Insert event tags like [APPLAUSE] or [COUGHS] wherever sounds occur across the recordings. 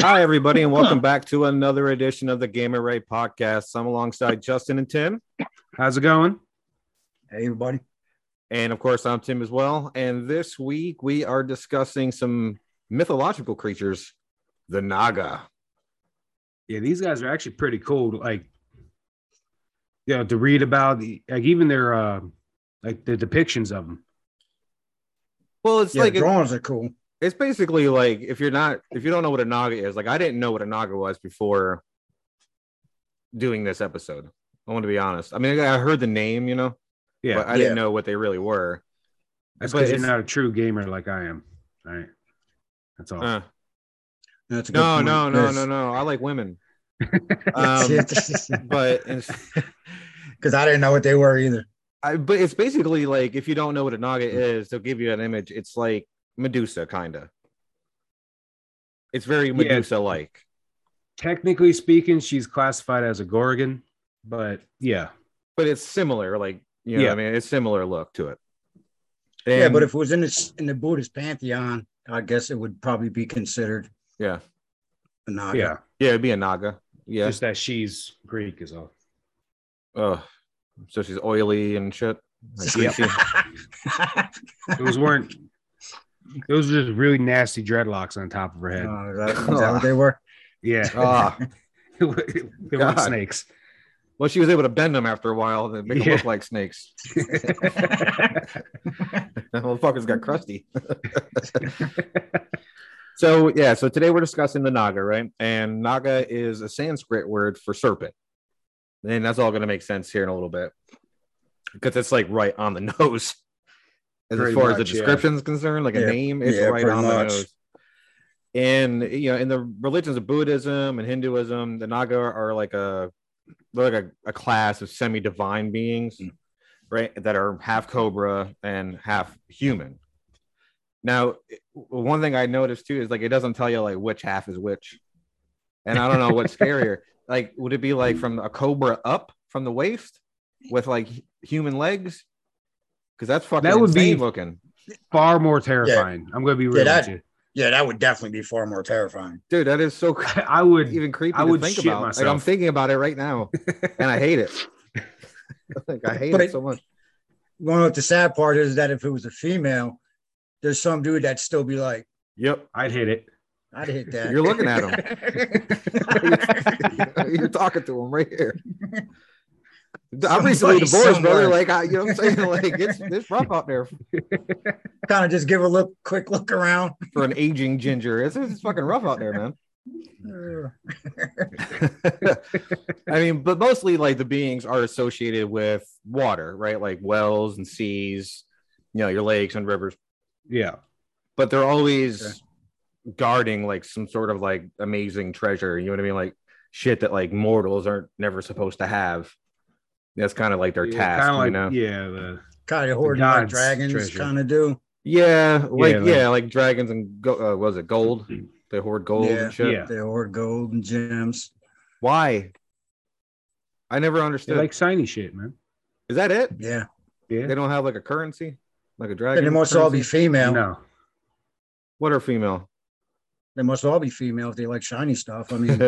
Hi, everybody, and [COUGHS] welcome back to another edition of the Gamer Ray podcast. I'm alongside Justin and Tim. How's it going? Hey, everybody. And of course, I'm Tim as well. And this week we are discussing some mythological creatures, the Naga. Yeah, these guys are actually pretty cool. Like, you know, to read about, the, like even their uh, like the depictions of them. Well, it's yeah, like the drawings are cool. it's basically like if you're not if you don't know what a Naga is, like I didn't know what a Naga was before doing this episode. I want to be honest. I mean, I heard the name, you know, Yeah, but I Yeah. didn't know what they really were. that's but because you're it's- not a true gamer like I am. All right, that's all. Uh, That's a good no, point. no, no, Yes. [LAUGHS] no, no. I like [LAUGHS] women. Um, Yes, [LAUGHS] yes. but it's, because I didn't know what they were either. I, but it's basically like if you don't know what a naga is, they'll give you an image. It's like Medusa, kind of. It's very Medusa like. Technically speaking, she's classified as a gorgon, but yeah, but it's similar. Like you know, Yeah. I mean, it's similar look to it. yeah, And- but if it was in this in the Buddhist pantheon, I guess it would probably be considered yeah, a naga. [LAUGHS] yeah, yeah, it'd be a naga. Uh, Yeah. just that she's Greek is all. Ugh. so she's oily and shit. [LAUGHS] Like, Yeah. greasy. Uh, [LAUGHS] Those weren't. those were just really nasty dreadlocks on top of her head. Uh, is, that, is that what they were? yeah, [LAUGHS] Ah. [LAUGHS] they weren't God. [LAUGHS] snakes. [LAUGHS] well, she was able to bend them after a while and make them Yeah. look like snakes. [LAUGHS] Motherfuckers got crusty. [LAUGHS] so yeah, so today we're discussing the naga, right? And naga is a Sanskrit word for serpent, and that's all going to make sense here in a little bit because it's like right on the [LAUGHS] nose as, Pretty far as the much, yeah. description is concerned. Like a Yeah. name, it's Yeah, right pretty on the much. nose. And you know, in the religions of Buddhism and Hinduism, the naga are like a they're like a, a class of semi-divine beings right that are half cobra and half human now it- one thing i noticed too is like it doesn't tell you like which half is which and i don't know what's scarier like would it be like from a cobra up from the waist with like hu- human legs because that's fucking That would be- insane looking Far more terrifying. I'm gonna be real Uh, that- with you. [LAUGHS] Yeah, that would definitely be far more terrifying. dude that is so cr- I would even creepy I to would think shit about like i'm myself. thinking about it right now and i hate it [LAUGHS] like i hate it But- so much You know what the sad part is that if it was a female, there's some dude that'd still be like, yep I'd hit [LAUGHS] it. I'd hit that. you're looking at him [LAUGHS] [LAUGHS] You're talking to him right here. I'm recently Somebody divorced, brother. somewhere. Like, I, you know what I'm saying? Like, it's, it's rough out there kind of just give a look, quick look around. for an aging ginger. It's, it's fucking rough out there, man. [LAUGHS] Uh, I mean, but mostly like the beings are associated with water, right? Like wells and seas, you know, your lakes and rivers, Yeah. but they're always Okay. guarding like some sort of like amazing treasure. You know what I mean? Like shit that like mortals aren't never supposed to have. That's kind of like their task, Kind of like you know? yeah, the, kind of hoarding like God's dragons, treasure. kind of do. Yeah, like yeah, Yeah, like, like- dragons and go- uh, what was it gold? They hoard gold Yeah. and shit. Yeah. They hoard gold and gems. Why? I never they understood. like shiny shit, man. Is that it? Yeah, Yeah. They don't have like a currency, like a dragon. and they must all be currency? female. No. what are female? They must all be female if they like shiny stuff. [LAUGHS] I mean,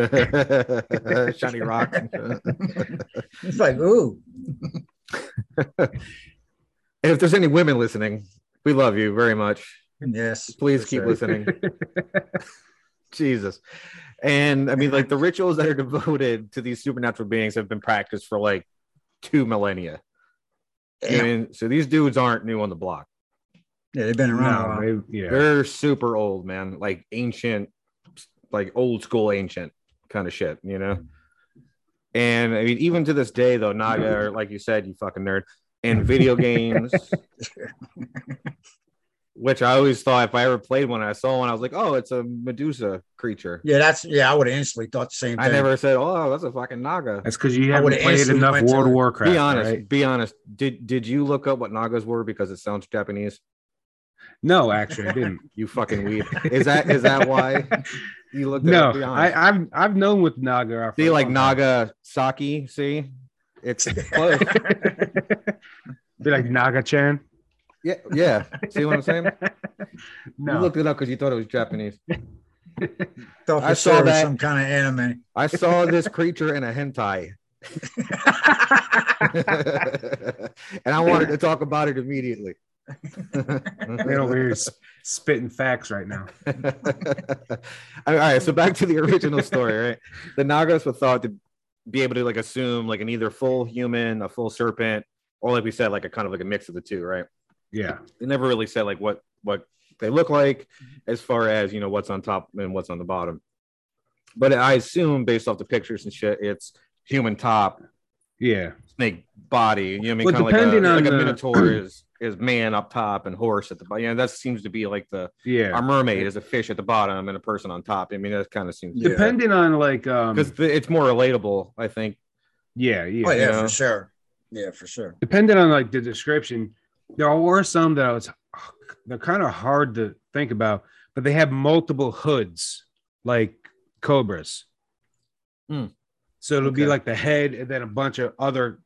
Shiny rocks. it's like, ooh, if there's any women listening, we love you very much. yes. Please for keep sure. listening. [LAUGHS] Jesus. And I mean, like the rituals that are devoted to these supernatural beings have been practiced for like two millennia. You know what I mean, so these dudes aren't new on the block. Yeah, they've been around. a No, while. they, yeah. They're super old, man. Like ancient, like old school ancient kind of shit, you know? And I mean, even to this day, though, Naga, are, like you said, you fucking nerd, and video games, which I always thought if I ever played one, I saw one, I was like, oh, it's a Medusa creature. Yeah, that's yeah. I would have instantly thought the same thing. I never said, oh, that's a fucking Naga. That's because you I haven't would've played instantly enough went to World it. of Warcraft. be honest. right? Be honest. Did did you look up what Nagas were because it sounds Japanese? No, actually, I didn't. You fucking weed. Is that is that why [LAUGHS] you looked? it no, up? [LAUGHS] Be honest. I, I've I've known with Naga. are for see a like long Naga Saki. See, it's [LAUGHS] close. time. [LAUGHS] Be like Naga Chan. yeah, yeah. [LAUGHS] See what I'm saying? You [LAUGHS] No, looked it up because you thought it was Japanese. Thought I for saw sure it was that. some kind of anime. I [LAUGHS] saw this creature in a hentai. [LAUGHS] and I wanted to talk about it immediately. Man over here is spitting facts right now. [LAUGHS] All right, so back to the original story, right? The Nagas were thought to be able to like assume like an either full human, a full serpent, or like we said, like a kind of like a mix of the two, right? Yeah. They never really said like what what they look like as far as you know what's on top and what's on the bottom. But I assume based off the pictures and shit, it's human top, Yeah. snake body. You know what I mean? Well, kind of like depending a, like on a the- minotaur is is man up top and horse at the bottom. You know, that seems to be like the Yeah. a mermaid is a fish at the bottom and a person on top. I mean, that kind of seems Yeah. Depending on like um because it's more relatable, I think. yeah, yeah. Oh yeah, Yeah. for sure. Yeah, [LAUGHS] for sure. Depending on like the description, there were some that I was they're kind of hard to think about, but they have multiple hoods like cobras. Hmm. So it'll be Okay. like the head and then a bunch of other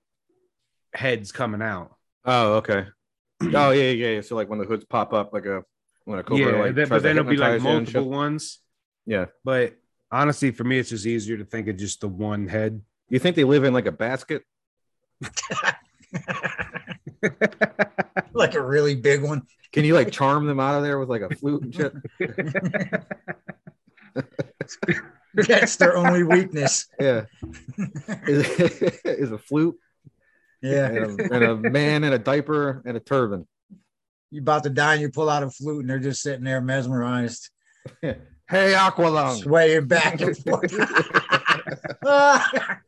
heads coming out. Oh, okay. [CLEARS THROAT] oh yeah, yeah, yeah. So like when the hoods pop up, like a when a cobra yeah, like then- tries but to then it'll be like hypnotize you and shit. multiple ones. Yeah. But honestly, for me, it's just easier to think of just the one head. [LAUGHS] You think they live in like a basket? like a really big one. Can you like charm them out of there with like a flute and [LAUGHS] shit? That's their only [LAUGHS] weakness. Yeah, is, [LAUGHS] is a flute and Yeah. a, and a man in a diaper and a turban. You about to die and you pull out a flute and they're just sitting there mesmerized, Hey, Aqualung. [LAUGHS] swaying back and forth. [LAUGHS] Ah!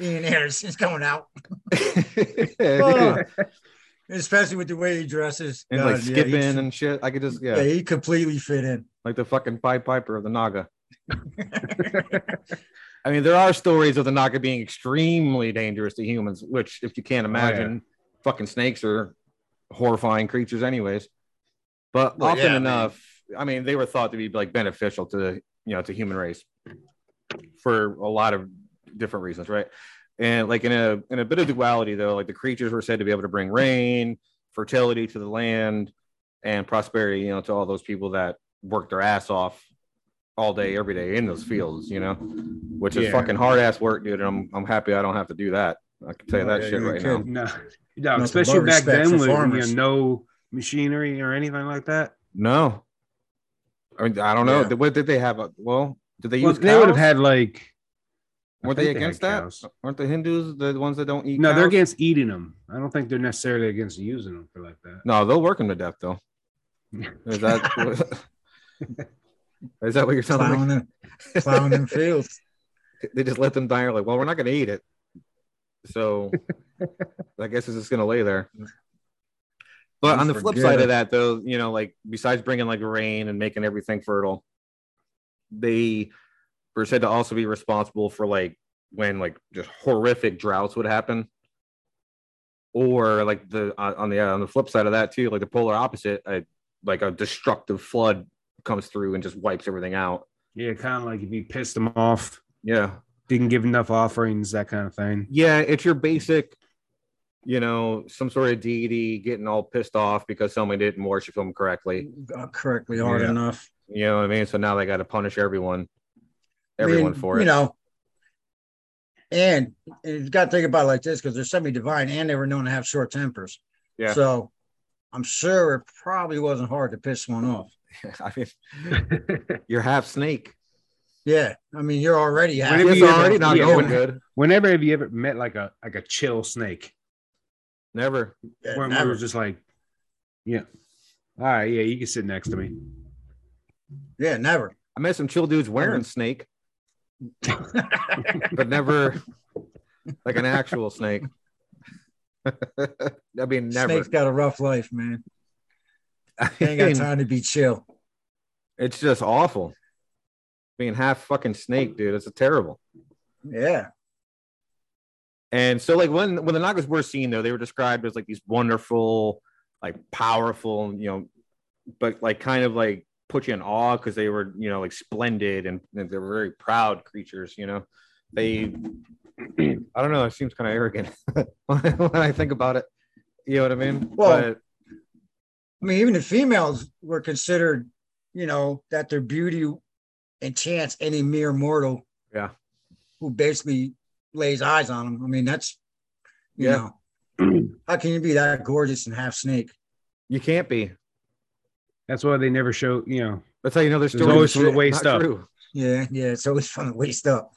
Ian Harris is coming out. Yeah, [LAUGHS] Especially with the way he dresses. and God, like yeah, skipping he- and shit. I could just yeah. yeah, he completely fit in. like the fucking Pied Piper of the Naga. [LAUGHS] I mean, there are stories of the Naga being extremely dangerous to humans, which, if you Oh, can't yeah. imagine, fucking snakes are horrifying creatures, anyways. But Well, often yeah, I mean- enough, I mean, they were thought to be like beneficial to the you know to human race for a lot of different reasons, right? And like in a in a bit of duality though, like the creatures were said to be able to bring rain, fertility to the land, and prosperity, you know, to all those people that work their ass off all day, every day in those fields, you know, which is Yeah. fucking hard ass work, dude. And I'm I'm happy I don't have to do that. I can tell you Oh, that yeah, shit you're right kidding. now. [LAUGHS] no, no, but especially back respect then for with you know, farmers. no machinery or anything like that. No, I mean I don't know. Yeah. What did they have? Well, did they Well, use? they would have cows? had like I Weren't think they had against that? cows. Aren't the Hindus the ones that don't eat? No, they're cows? against eating them. I don't think they're necessarily against using them for like that. No, they'll work him to death though. Is [LAUGHS] that is that what you're telling me? Plowing them, plowing them fields. They just let them die. and are Like, well, we're not going to eat it, so I guess it's just going to lay there. But You on the flip forget side it. of that, though, you know, like besides bringing like rain and making everything fertile, they were said to also be responsible for like when like just horrific droughts would happen, or like the on on the uh, on the flip side of that too, like the polar opposite, a, like a destructive flood comes through and just wipes everything out. Yeah, kind of like if you pissed them off, Yeah, didn't give enough offerings, that kind of thing. yeah, it's your basic, you know, some sort of deity getting all pissed off because someone didn't worship him correctly. uh, Correctly hard Yeah. enough. You know what I mean? So now they got to punish everyone, I mean, everyone for it. You know, and, and you got to think about it like this because they're semi divine and they were known to have short tempers. Yeah. So I'm sure it probably wasn't hard to piss one off. [LAUGHS] I mean, you're half [LAUGHS] snake. Yeah. I mean, you're Maybe already It's happy. you have already a- not yeah. going good. Whenever have you ever met like a like a chill snake? Never. Yeah, Where it never. was just like, yeah, all right, yeah, you can sit next to me. Yeah, never. I met some chill dudes [LAUGHS] wearing snake, but never like an actual snake. [LAUGHS] I mean, never. Snake's got a rough life, [LAUGHS] man. I They ain't got mean, time to be chill. it's just awful. Being half fucking snake, dude. It's terrible. Yeah. And so, like when when the Nagas were seen, though, they were described as like these wonderful, like powerful, you know, but like kind of like put you in awe because they were, you know, like splendid and, and they were very proud creatures. You know, they, I don't know, it seems kind of arrogant [LAUGHS] when I think about it. You know what I mean? Well- I mean, even the females were considered you know, that their beauty enchants any mere mortal. Yeah. Who basically lays eyes on them. I mean, that's, you Yeah. know, how can you be that gorgeous and half snake? You can't be. That's why they never show. You know, That's how you know there's There's stories always from the waist up. Yeah, yeah. It's always from the [LAUGHS] waist up.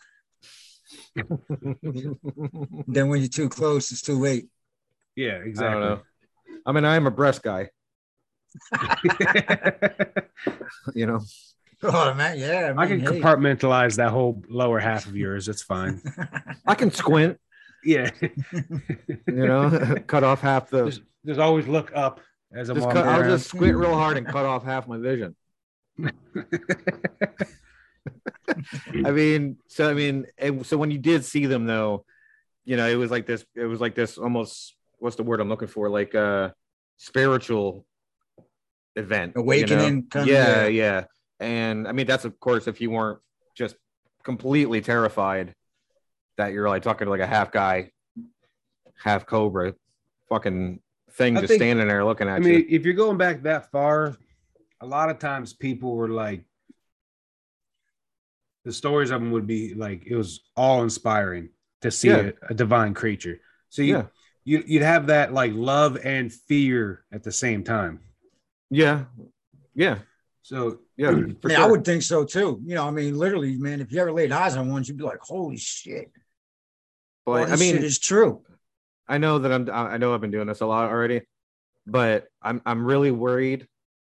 Then when you're too close, it's too late. [LAUGHS] yeah, I exactly. don't know. I mean, I am a breast guy, [LAUGHS] [LAUGHS] you know. Oh man, yeah. I can mean, hey. compartmentalize that whole lower half of yours. It's fine. [LAUGHS] I can squint, [LAUGHS] Yeah. you know, [LAUGHS] cut off half the Just, just always look up as I'm just walking cut, I'll around. [LAUGHS] just squint real hard and cut off half my vision. I mean, so I mean, and so when you did see them though, you know, it was like this, it was like this almost what's the word I'm looking for? Like uh spiritual event. you know? Awakening kind of- yeah, yeah. yeah. And I mean, that's of course if you weren't just completely terrified that you're like talking to like a half guy, half cobra fucking thing I just think- standing there looking at I mean, you. if you're going back that far, a lot of times people were like, the stories of them would be like, it was awe inspiring to see Yeah. a, a divine creature. So you, Yeah. you, you'd have that like love and fear at the same time. Yeah. Yeah. So [CLEARS THROAT] Yeah. For Man, sure. I would think so too. You know, I mean, literally, man, if you ever laid eyes on one, you'd be like, holy shit. all but I this mean, shit is true. I know that I'm I I know I've been doing this a lot already, but I'm I'm really worried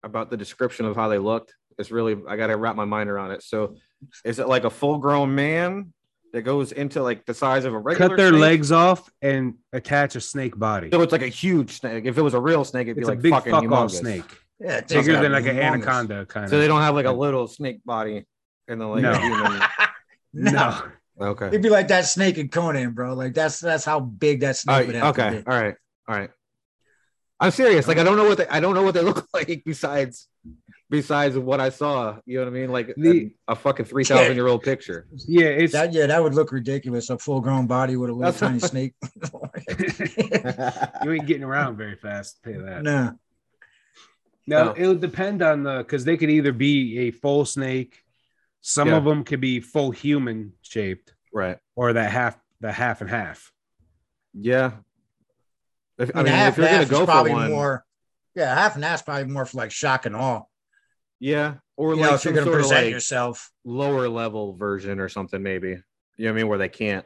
about the description of how they looked. It's really I gotta wrap my mind around it. So is it like a full grown man that goes into like the size of a regular cut their snake? legs off and attach a snake body. So it's like a huge snake. If it was a real snake, it'd be It's like a big fucking fuck off humongous. snake, Yeah, it takes bigger out than like an humongous. anaconda kind So of. they don't have like a little snake body and then like No. a [LAUGHS] human. [LAUGHS] No. no, Okay. It'd be like that snake in Conan, bro. Like that's that's how big that snake All right, would have okay. to be. All right. All right. I'm serious. Like I don't know what they, I don't know what they [LAUGHS] look like besides besides what I saw. You know what I mean? Like The- a, a [LAUGHS] fucking three thousand year old picture. [LAUGHS] yeah, it's That yeah, that would look ridiculous. A full grown body with a little That's [LAUGHS] tiny snake. [LAUGHS] you ain't getting around very fast. Tell you that. no. No, No. it would depend on the because they could either be a full snake, some Yeah. of them could be full human shaped, right. or that half the half and half. Yeah. If, I mean, And if half you're and gonna half go is for probably one, more yeah, half and half's probably more for like shock and awe. yeah, or You like know, if some you're gonna sort of present like yourself. lower level version or something, maybe. You know what I mean? Where they can't,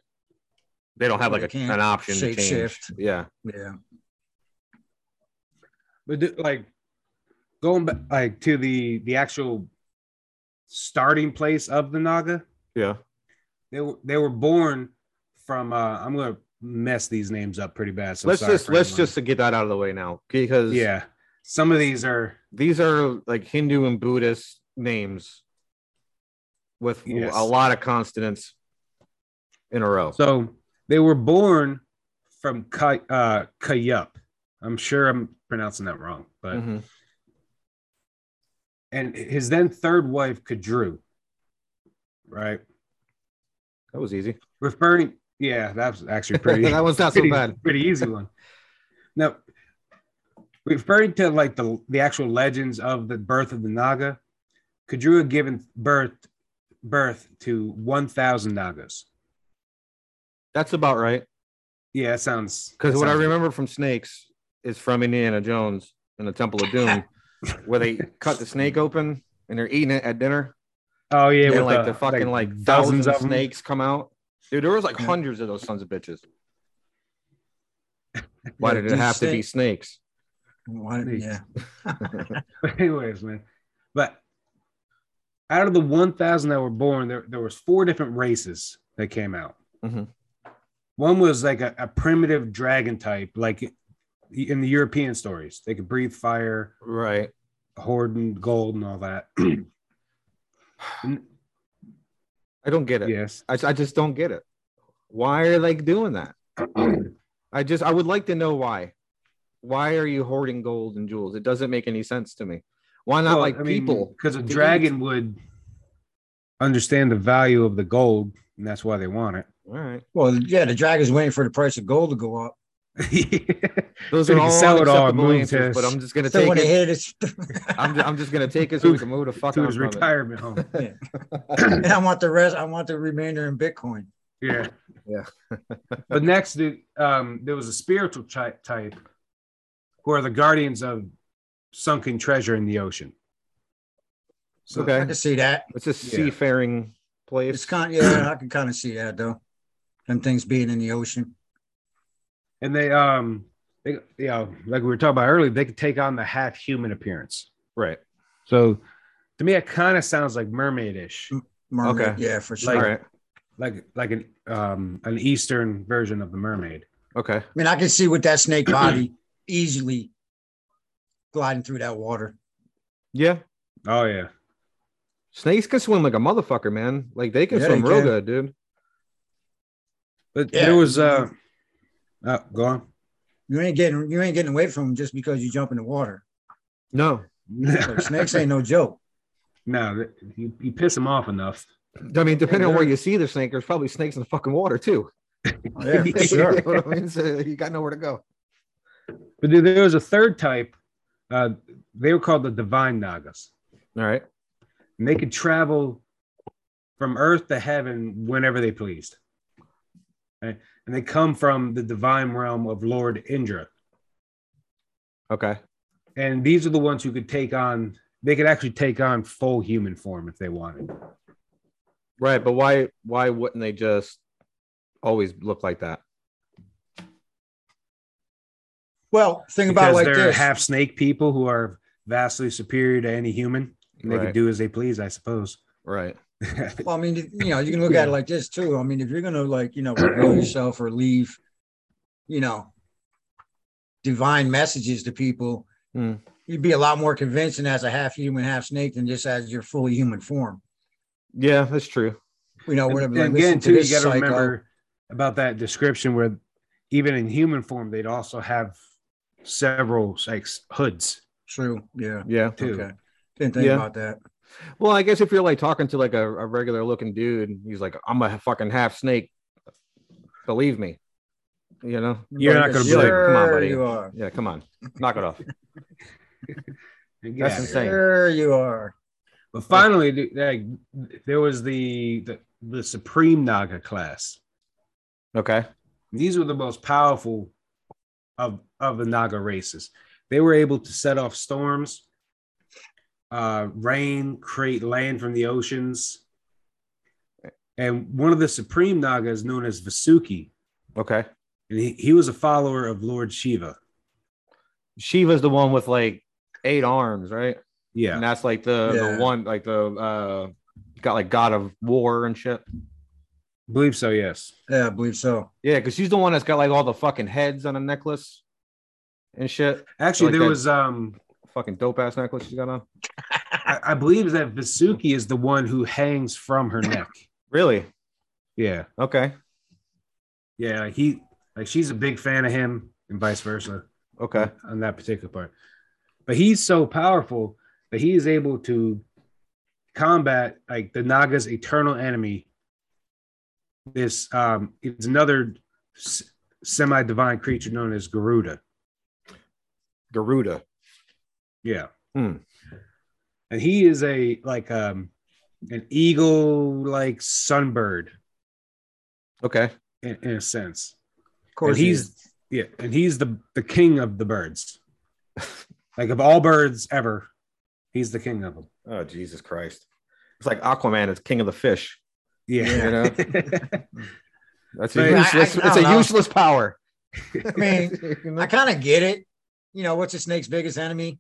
they don't have Where like they a, can't an option to shape change. shift. Yeah. Yeah. But do- like going back like to the the actual starting place of the Naga, Yeah. they were they were born from. uh I'm gonna mess these names up pretty bad. So I'm let's sorry just for let's anyone. just to get that out of the way now because yeah. Some of these are these are like Hindu and Buddhist names with Yes. a lot of consonants in a row. So they were born from Kay, uh, Kayup. I'm sure I'm pronouncing that wrong, but Mhm. and his then third wife Kadru, right? That was easy. Referring, yeah, that's actually pretty. [LAUGHS] that one's not so pretty, bad. pretty easy one. Now, referring to like the the actual legends of the birth of the Naga, Kadru had given birth birth to 1,000 Nagas. That's about right. Yeah, that sounds Because what I sounds- remember from snakes is from Indiana Jones and the Temple of Doom, where they cut the snake open and they're eating it at dinner. Oh yeah, and with like the, fucking like, dozens thousands of of 'em. snakes come out. Dude, there was like Yeah. hundreds of those sons of bitches. Why Yeah, did it dude, have to be snake- snakes? Why- Snakes. yeah. But [LAUGHS] anyways, man. But out of the 1,000 that were born, there, there was four different races that came out. Mhm. One was like a, a primitive dragon type, like in the European stories. They could breathe fire, Right. hoard and gold and all that. [CLEARS THROAT] N- I don't get it. [CLEARS THROAT] yes. I, I just don't get it. Why are they doing that? I just I would like to know why. Why are you hoarding gold and jewels? It doesn't make any sense to me. Why not like people? Because a to eat? dragon would understand the value of the gold, and that's why they want it. All right. Well, yeah, the dragon's waiting for the price of gold to go up. Those [LAUGHS] So are you can all sell it all and unacceptable move answers, to- but I'm just gonna So take when it. they hit us, [LAUGHS] I'm, just, I'm just gonna take it so we can move the fuck to on his from it. retirement home. and I want the rest, I want the remainder in Bitcoin. Yeah. Yeah. [LAUGHS] but next, the, um, there was a spiritual chi- type who are the guardians of sunken treasure in the ocean. So Okay. I can see that. It's a Yeah. seafaring place. It's kind yeah, I can kind of see that though. Them things being in the ocean. And they, um, they, you know, like we were talking about earlier, they could take on the half human appearance. right. So to me, it kind of sounds like mermaidish, Mm. Mermaid. Okay. Yeah, for sure. Like- all right. like like an um, an Eastern version of the mermaid. Okay. I mean, I can see with that snake body [CLEARS THROAT] easily gliding through that water. Yeah. Oh yeah, Snakes can swim like a motherfucker, man. Like they can Yeah, swim they real can. good, dude. but Yeah. there was uh, uh, go on. [LAUGHS] You ain't getting you ain't getting away from them just because you jump in [LAUGHS] the water. No, Like, snakes ain't no joke. no, th- you, you piss them off enough. I mean, depending on where they're- you see the snake, there's probably snakes in the fucking water [LAUGHS] too. Oh, [LAUGHS] yeah, for sure. You know what I mean? So you got nowhere to go. But there- there was a third type. Uh, they were called the divine nagas, All right. and they could travel from earth to heaven whenever they pleased. Right? And they come from the divine realm of Lord Indra. Okay. And these are the ones who could take on, they could actually take on full human form if they wanted. Right, but why why wouldn't they just always look like that? Well, think about Because it like they're this. half snake people who are vastly superior to any human. And they Right. could do as they please, I suppose. [LAUGHS] Right. Well, I mean, you know, you can look at it like this too. I mean, if you're gonna like, you know, [CLEARS THROAT] reveal yourself or leave, you know, divine messages to people, Hmm. you'd be a lot more convincing as a half human, half snake than just as your fully human form. Yeah, that's true. You know, And- whatever. And, like, again, listen too, you this got to psycho. remember about that description where even in human form, they'd also have several like s- hoods True. Yeah. Yeah. too. Okay. Didn't think Yeah. about that. Well, I guess if you're like talking to like a, a regular looking dude and he's like, I'm a fucking half snake, believe me. You know? You're not gonna Sure believe it. Come on, buddy. You are. Yeah, come on. Knock it off. Get That's outta here. insane. Sure you are. But finally, th- like, there was the, the the Supreme Naga class. Okay. These were the most powerful of of the Naga races. They were able to set off storms, uh, rain, create land from the oceans. And one of the Supreme Naga is known as Vasuki, Okay. and he, he was a follower of Lord Shiva. Shiva's the one with like eight arms, right? Yeah, And that's like the, Yeah. the one like the uh got like god of war and shit. I believe so. Yes. Yeah, I believe so. Yeah, because she's the one that's got like all the fucking heads on a necklace and shit. Actually, Like there that- was um, Fucking dope ass necklace she's got on. I, I believe that Vasuki is the one who hangs from [LAUGHS] her neck. Really? Yeah. Okay. Yeah, like he like she's a big fan of him and vice versa Okay. on that particular part. But he's so powerful that he is able to combat like the Naga's eternal enemy. This um it's another s- semi-divine creature known as Garuda. Garuda. Yeah. Hmm. And he is a like um an eagle like sunbird Okay. in, in a sense. Of course. and he he's is. yeah, and he's the the king of the [LAUGHS] birds. like of all birds ever, he's the king of them. Oh Jesus Christ. It's like Aquaman is king of the fish. You [LAUGHS] Yeah. [LAUGHS] know? That's a Right. useless I- I- I it's a don't know. useless power. I [LAUGHS] mean, I kind of get it. You know, what's a snake's biggest enemy?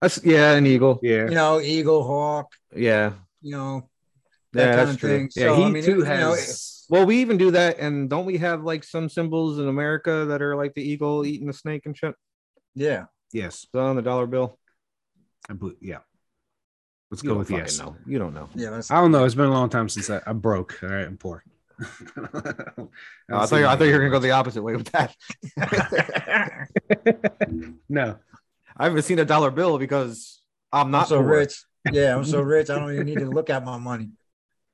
That's yeah, an eagle. Yeah. yeah. You know, eagle, hawk, Yeah, you know, that kind that's of true. thing. Yeah, so, he I mean, too it- you know, has Well, we even do that, and don't we have like some symbols in America that are like the eagle eating the snake and shit? yeah. yes, Is that on the dollar bill? I believe, yeah. Let's You go don't with fucking yes. know. You don't know. Yeah. That's, I don't know. It's been a long time since I, I'm broke. All right, I'm poor. [LAUGHS] I, I thought you- I thought you were gonna go the opposite way with that. no. I haven't seen a dollar bill because I'm I'm not so poor. rich. Yeah. I'm so rich. I don't even need to look at my money.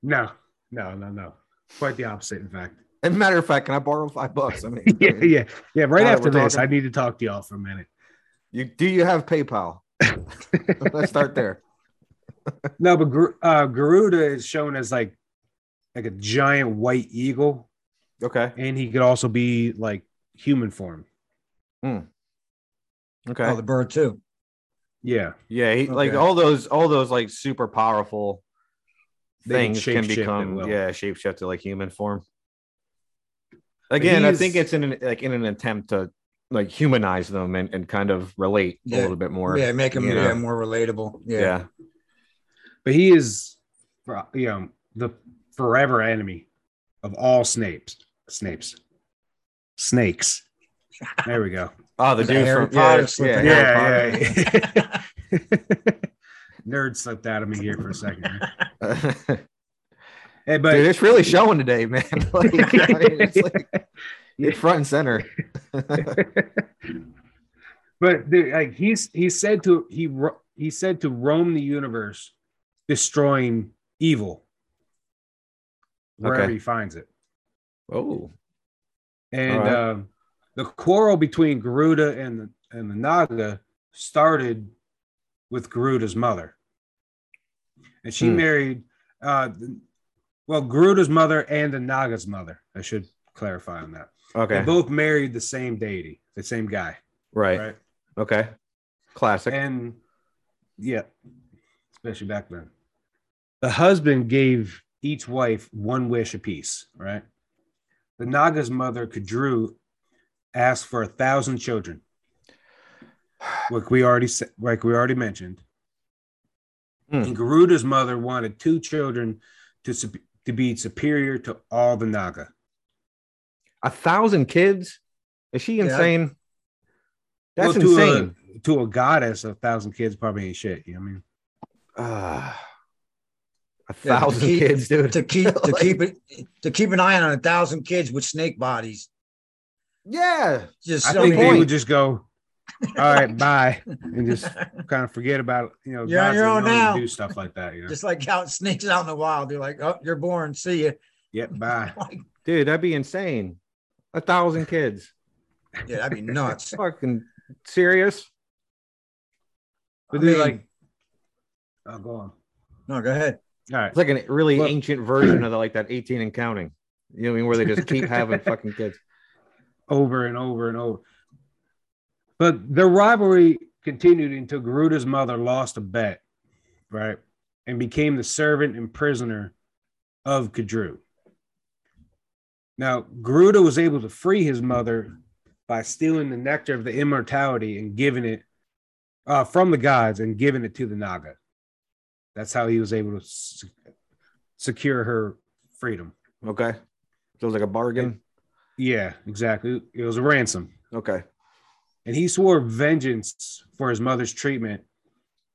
No. No. No. No. Quite the opposite, in fact. As a matter of fact, can I borrow five bucks? I [LAUGHS] mean, yeah, yeah, yeah. Right Now that after we're this, I talking- need to talk to y'all for a minute. You do you have [LAUGHS] PayPal? Let's start there. No, but Gar- uh, Garuda is shown as like like a giant white eagle, Okay. and he could also be like human form. Okay. Oh, the bird too. Yeah, yeah, he, like Okay. all those all those like super powerful They can things can, shapeshift at become will. yeah shapeshift to like human form. Again, I he's- think it's in an like in an attempt to like humanize them and, and kind of relate a Yeah. little bit more. yeah, make them you know. yeah, more relatable. Yeah. yeah. but he is, fro- you know, the forever enemy of all Snapes. Snapes. Snakes. There we go. Oh, the The dude Harry from Potter Potter. slipped Yeah, in. Harry Potter. yeah, yeah. [LAUGHS] Nerd slipped out of me here for a second. [LAUGHS] Hey, but Dude, it's really showing today, man. [LAUGHS] like, I mean, [LAUGHS] it's like it's front and center. [LAUGHS] but the, like he's he said to he ro- he said to roam the universe, destroying evil wherever Okay. he finds it. Oh, And All right. um, the quarrel between Garuda and the, and the Naga started with Garuda's mother, and she Hmm. married, uh, th- well, Garuda's mother and the Naga's mother. I should clarify on that. okay, They both married the same deity, the same guy, right. right? okay, classic. And yeah, especially back then. The husband gave each wife one wish apiece, right? The Naga's mother, Kadru, asked for a thousand children. [SIGHS] Like we already said, like we already mentioned. Hmm. And Garuda's mother wanted two children to, sup- to be superior to all the Naga. A thousand kids? Is she Yeah. insane? That's Well, to a- [SIGHS] insane. To a goddess, a thousand kids probably ain't shit. You know what I mean? Ah, a Yeah, to thousand keep- kids, dude. To keep to Like- keep it to keep an eye on a thousand kids with snake bodies. yeah, Just I so think they point. would just go, all right, [LAUGHS] bye, and just kind of forget about you know. You're on gods your that own normally now. Do stuff like that. You know? [LAUGHS] just like out snakes out in the wild. They're like, oh, you're born. See you. yep, bye. Like, dude, that'd be insane. A thousand kids. yeah, that'd be [LAUGHS] nuts. Fucking serious. But I they mean- like, oh, go on. No, go ahead. All right, It's like a really Well- ancient version of the, like that 18 and counting. You know what I mean? Where they just keep having fucking kids. over and over and over. But their rivalry continued until Garuda's mother lost a bet, right, and became the servant and prisoner of Kadru. Now, Garuda was able to free his mother by stealing the nectar of the immortality and giving it uh, from the gods and giving it to the Naga. That's how he was able to se- secure her freedom. Okay. So it was like a bargain. Yeah, exactly. It was a ransom. Okay. and he swore vengeance for his mother's treatment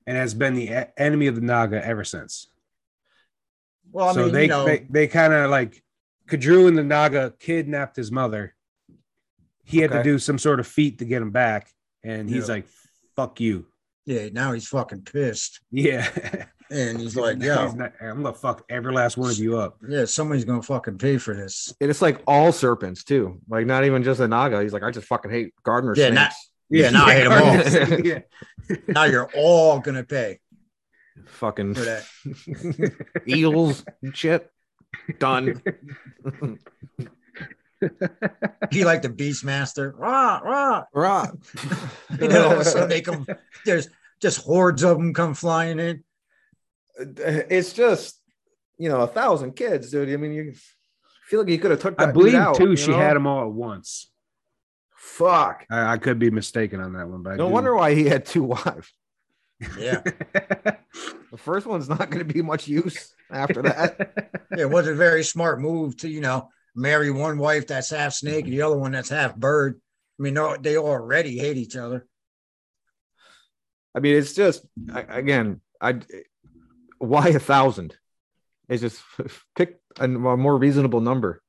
and has been the e- enemy of the Naga ever since. Well, I so mean, they, you know, they they kind of like Kadru and the Naga kidnapped his mother. He had to Okay. do some sort of feat to get him back, and he's Yeah. like, "Fuck you." [LAUGHS] yeah. Now he's fucking pissed, Yeah, and [LAUGHS] he's like, yeah, He's not- I'm gonna fuck every last one of you [LAUGHS] up." [LAUGHS] yeah. Somebody's gonna fucking pay for this. And it's like all serpents too. Like not even just the Naga. He's like, I just fucking hate gardener Yeah, snakes. Oh. not- [LAUGHS] Yeah, now I hate 'em all. yeah. Now you're all gonna pay [LAUGHS] fucking for that. [LAUGHS] eels and shit. [LAUGHS] Done. He like the Beastmaster. Rah rah. Rah. [LAUGHS] And then all of a sudden they come. There's just hordes of them come flying in. it's just you know a thousand kids, dude. I mean, you feel like you could have took. I That believe dude out, too. you She know? had them all at once. Fuck. I, I could be mistaken on that one, but I No do- [LAUGHS] wonder why he had two wives. Yeah, The first one's not going to be much use after that. it was a very smart move to you know marry one wife that's half snake and the other one that's half bird. I mean, no, they already hate each other. I mean, it's just I, again, I why a thousand? It's just [LAUGHS] pick a, more reasonable number.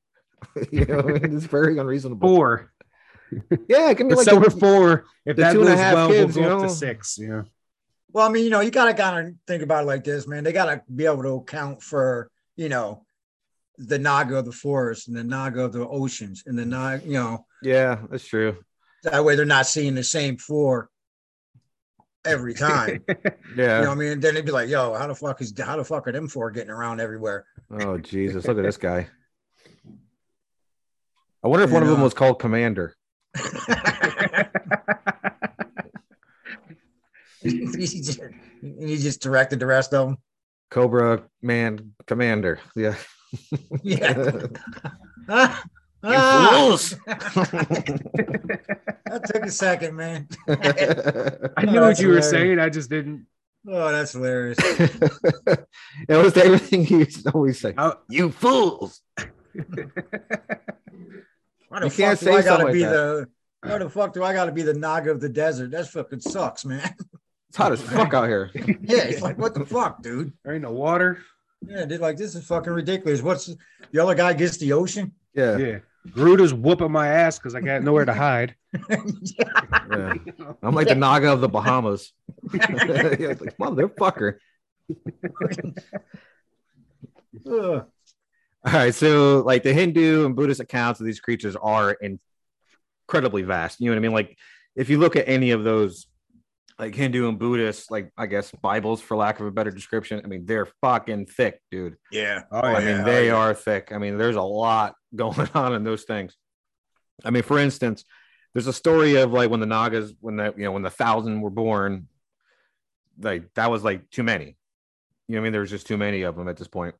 [LAUGHS] you know, [LAUGHS] it's very unreasonable. four. Yeah, give me But like so a- we're four. If the that two and goes a half well, kids, we'll you go up know? to six. [LAUGHS] You know, Well, I mean, you know, you gotta kind of think about it like this, man. They gotta be able to account for, you know, the naga of the forest and the naga of the oceans and the naga, you know, Yeah, that's true. that way they're not seeing the same four [LAUGHS] every time. You know Yeah. what I mean? Then they'd be like, yo, how the fuck is how the fuck are them four getting around [LAUGHS] everywhere? [LAUGHS] Oh Jesus, look at this guy. I wonder if one of Yeah. them was called Commander. he, just, he just directed the rest of them. Cobra Man Commander. Yeah. [LAUGHS] [LAUGHS] Yeah. Ah, You [LAUGHS] ah. [LAUGHS] fools. that took a second, man. I knew Oh, what that's you were hilarious. saying. I just didn't. [LAUGHS] Oh, that's hilarious. it was everything he used to [LAUGHS] always say. Oh. You fools. Why the You fuck can't do say I gotta something like be that. the why the fuck do I gotta be the naga of the desert? That fucking sucks, [LAUGHS] man. [LAUGHS] It's hot as fuck out here. yeah, it's like what the fuck, dude? There ain't no water. Yeah, dude, like this is fucking ridiculous. What's the other guy gets the ocean? Yeah. Yeah. Gruder's whooping my ass because I got nowhere to hide. yeah. I'm like the Naga of the Bahamas. [LAUGHS] yeah, it's like, motherfucker. Ugh. All right, so like the Hindu and Buddhist accounts of these creatures are incredibly vast. You know what I mean? Like if you look at any of those, like Hindu and Buddhist, like I guess Bibles for lack of a better description. I mean, they're fucking thick, dude. Yeah. Oh, I mean, they are thick. I mean, there's a lot [LAUGHS] going on in those things. I mean, for instance, there's a story of like when the Nagas, when the you know when the thousand were born, like that was like too many. You know, what I mean, there was just too many of them at this point.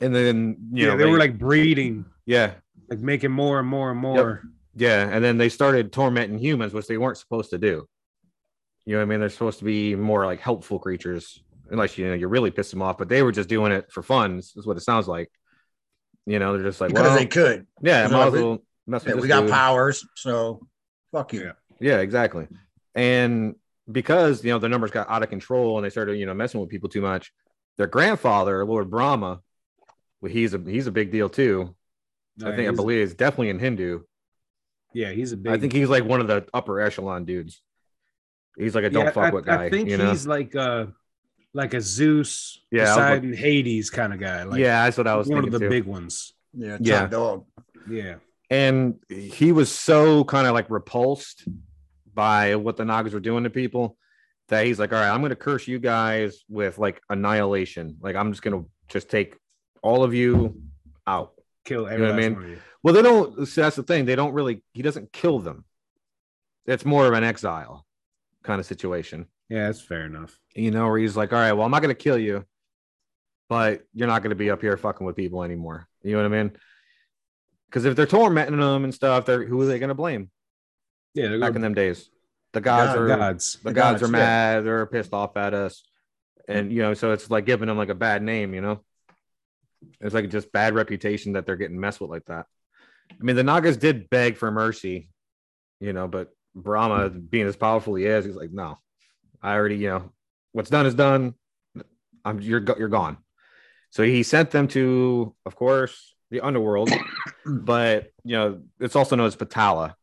And then you yeah, know they were like breeding, yeah, like making more and more and more. yeah, and then they started tormenting humans, which they weren't supposed to do. You know what I mean? They're supposed to be more like helpful creatures, unless you know you really piss them off. But they were just doing it for fun. Is what it sounds like. You know, they're just like, Because well, they could. yeah, because might as like, well mess with Yeah, this we got dude. powers, so fuck you. Yeah, exactly. And because you know the numbers got out of control and they started you know messing with people too much, their grandfather, Lord Brahma, well, he's a he's a big deal too. I Like, think I he's- believe is definitely in Hindu. Yeah, he's a big. I think he's like one of the upper echelon dudes. He's like a don't yeah, fuck I, with I guy. think you know? he's like a like a Zeus Yeah, I was beside Hades kind of guy. Like yeah, that's what I was one thinking of the too. big ones. Yeah, top Yeah. dog. Yeah, and he was so kind of like repulsed by what the Nagas were doing to people that he's like, all right, I'm going to curse you guys with like annihilation. Like I'm just going to just take all of you out. kill know what I every mean? last one of you. Well, they don't. So that's the thing. They don't really. He doesn't kill them. It's more of an exile kind of situation. Yeah, that's fair enough. you know, where he's like, all right, well, I'm not going to kill you, but you're not going to be up here fucking with people anymore. You know what I mean? Because if they're tormenting them and stuff, they're who are they going to blame Yeah, they're back in gonna- them days? The gods God- are gods. the, the gods, gods, are yeah. mad. They're pissed off at us, and you know, so it's like giving them like a bad name. You know, it's like just bad reputation that they're getting messed with like that. I mean, the Nagas did beg for mercy, you know, but Brahma, being as powerful he is, he's like, no, I already, you know, what's done is done. I'm you're go- you're gone. So he sent them to, of course, the [COUGHS] underworld, but you know, it's also known as Patala.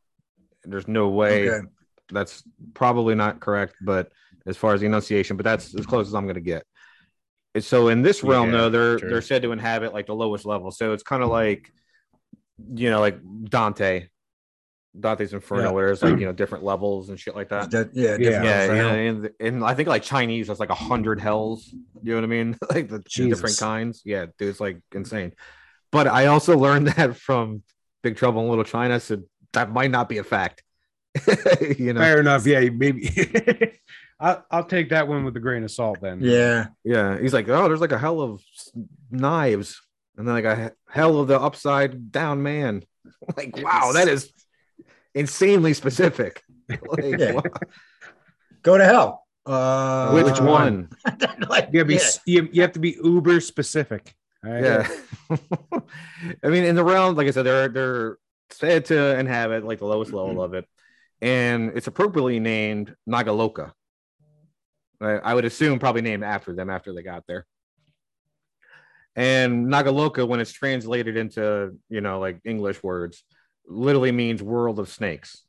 There's no way Okay. that's probably not correct, but as far as the enunciation, but that's as close as I'm going to get. And So in this realm, Yeah, though, they're true. they're said to inhabit like the lowest level. So it's kind of like, you know, like Dante, Dante's Inferno, Yeah. where it's [CLEARS THROAT] like you know different levels and shit like that. That- Yeah. yeah, uh, Yeah, different yeah, from hell. and, and I think like Chinese, that's like a hundred hells. You know what I mean? [LAUGHS] like the two different Jesus. kinds. Yeah, dude, it's like insane. But I also learned [LAUGHS] that from Big Trouble in Little China, so that might not be a fact. [LAUGHS] you know? Fair enough. Yeah, maybe. [LAUGHS] I, I'll take that one with a grain of salt then. Yeah. Yeah, he's like, oh, there's like a hell of s- knives, and then like a he- hell of the upside down man. [LAUGHS] Like, wow, that is insanely specific. [LAUGHS] Like, Yeah. wow. Go to hell. Uh, Which one? [LAUGHS] like, You gotta be. yeah. s- You, you have to be uber specific. All right? Yeah, [LAUGHS] I mean, in the realm, like I said, they're they're said to inhabit like the lowest level of it, and it's appropriately named Nagaloka. I, I would assume probably named after them after they got there. And Nagaloka, when it's translated into you know like English words, literally means world of snakes,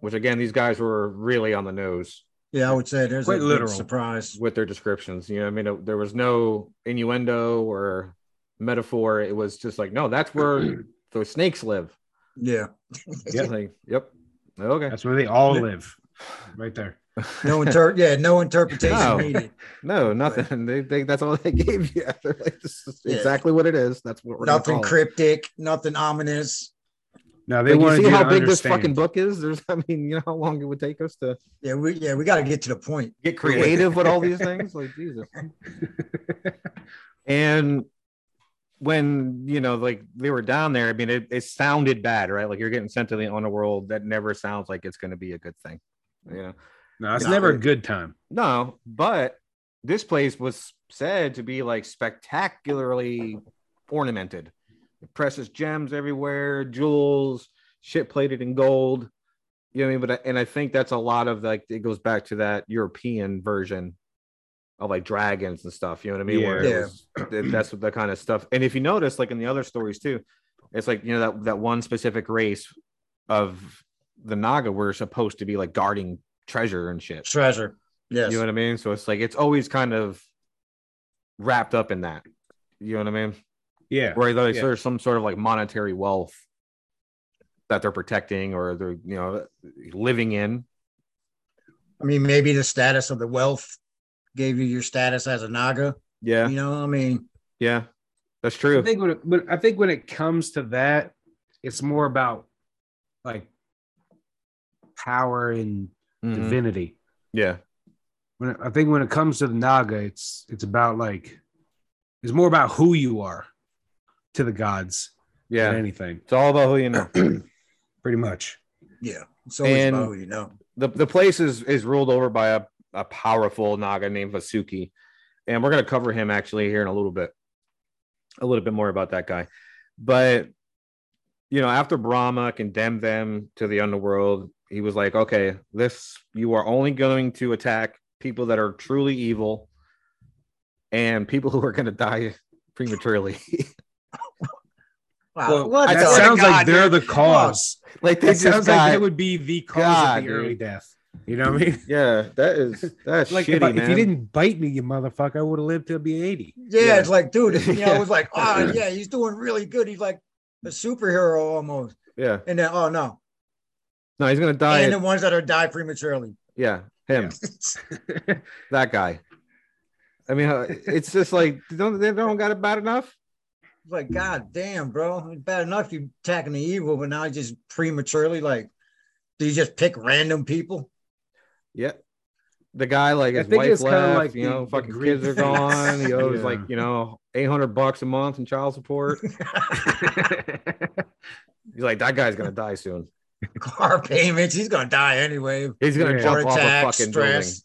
which again these guys were really on the nose Yeah, I would say there's Quite a big literal. surprise. with their descriptions. You know, I mean, there was no innuendo or metaphor. It was just like, no, that's [CLEARS THROAT] where the snakes live. [LAUGHS] Yeah. Yeah. Like, yep. Okay. That's where they all live, right there. [LAUGHS] No inter- yeah, no interpretation No. needed. No, nothing. They, they that's all they [LAUGHS] gave you. They're like, this is Yeah. exactly what it is. That's [LAUGHS] what we're gonna nothing call it. cryptic, nothing ominous. No, they Like, wanted you see to how big this understand. fucking book is. There's, [LAUGHS] I mean, you know how long it would take us to Yeah, we yeah, we got to get to the point. [LAUGHS] get creative with all these things. Like Jesus. [LAUGHS] and when you know, like they were down there, I mean, it, it sounded bad, right? Like you're getting sent to the underworld. That never sounds like it's going to be a good thing, you know. No, it's No. never a good time. No, but this place was said to be like spectacularly ornamented. Precious gems everywhere, jewels, shit plated in gold. You know what I mean? But I, and I think that's a lot of like it goes back to that European version of like dragons and stuff. You know what I mean? Where it Yeah. was- that- that's what that kind of stuff. And if you notice, like in the other stories too, it's like you know that that one specific race of the Naga were supposed to be like guarding treasure and shit. Treasure. Yes. You know what I mean? So it's like it's always kind of wrapped up in that. You know what I mean? Yeah. Where like, yeah. there's some sort of like monetary wealth that they're protecting or they're you know living in. I mean, maybe the status of the wealth gave you your status as a Naga. Yeah, You know, I mean, yeah, that's I true. think when, it, when I think when it comes to that, it's more about like power and Mhm. divinity. Yeah, When it, I think when it comes to the Naga, it's it's about like it's more about who you are to the gods than yeah. anything, It's all about who you know. pretty much. yeah. It's always And- about who you know. the the place is is ruled over by a, a powerful naga named Vasuki, and we're gonna cover him actually here in a little bit, a little bit more about that guy. But you know, after Brahma condemned them to the underworld, he was like, "Okay, this you are only going to attack people that are truly evil, and people who are gonna die [LAUGHS] prematurely." [LAUGHS] Uh, Wow. Well, what that the- sounds like God, they're dude. the cause. like they It just sounds like got- that would be the cause God, of the early dude. death. You know what I [LAUGHS] mean? yeah, that [LAUGHS] is that's Like shitty, if, I, man. if you didn't bite me, you motherfucker, I would have lived to be eighty. yeah, yeah. it's like, dude, [LAUGHS] you know, Yeah. it was like, oh yeah, he's doing really good. He's like a superhero almost. yeah, And then, oh no, no, he's gonna die. and the ones that are die prematurely. [LAUGHS] yeah, him. that guy. I mean, uh, it's just like don't they don't got it bad enough? It's like, God damn, bro. It's bad enough you attacking the evil, but now you just prematurely, like, do you just pick random people? [LAUGHS] Yeah. The guy like I his think wife it's kinda left, like you the- know, the fucking Greek kids are thing. gone. He owes Yeah. like you know eight hundred bucks a month in child [LAUGHS] support. He's like that guy's gonna die soon. Car payments. He's gonna die anyway. He's gonna Yeah. Heart jump off a attack, fucking stress.